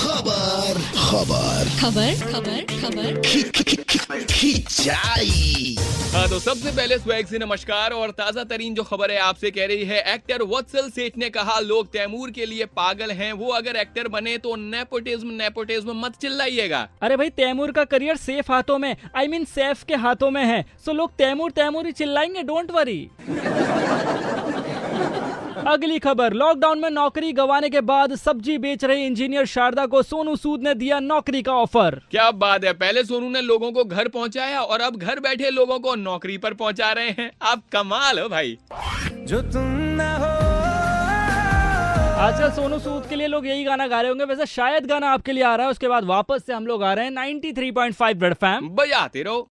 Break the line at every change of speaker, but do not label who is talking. खबर खबर
खबर खबर खबर
खिंचाई
हाँ तो सबसे पहले स्वैग से नमस्कार और ताजा तरीन जो खबर है आपसे कह रही है एक्टर वत्सल सेठ ने कहा लोग तैमूर के लिए पागल हैं वो अगर एक्टर बने तो नेपोटिज्म नेपोटिज्म मत चिल्लाइएगा
अरे भाई तैमूर का करियर सेफ हाथों में आई मीन सेफ के हाथों में है सो लोग तैमूर तैमूर ही चिल्लाएंगे डोंट वरी अगली खबर लॉकडाउन में नौकरी गंवाने के बाद सब्जी बेच रहे इंजीनियर शारदा को सोनू सूद ने दिया नौकरी का ऑफर
क्या बात है पहले सोनू ने लोगों को घर पहुंचाया और अब घर बैठे लोगों को नौकरी पर पहुंचा रहे हैं आप कमाल हो भाई
जो तुम ना हो
आजकल सोनू सूद के लिए लोग यही गाना गा रहे होंगे वैसे शायद गाना आपके लिए आ रहा है उसके बाद वापस से हम लोग आ रहे हैं 93.5 थ्री पॉइंट फाइव
बजाते रहो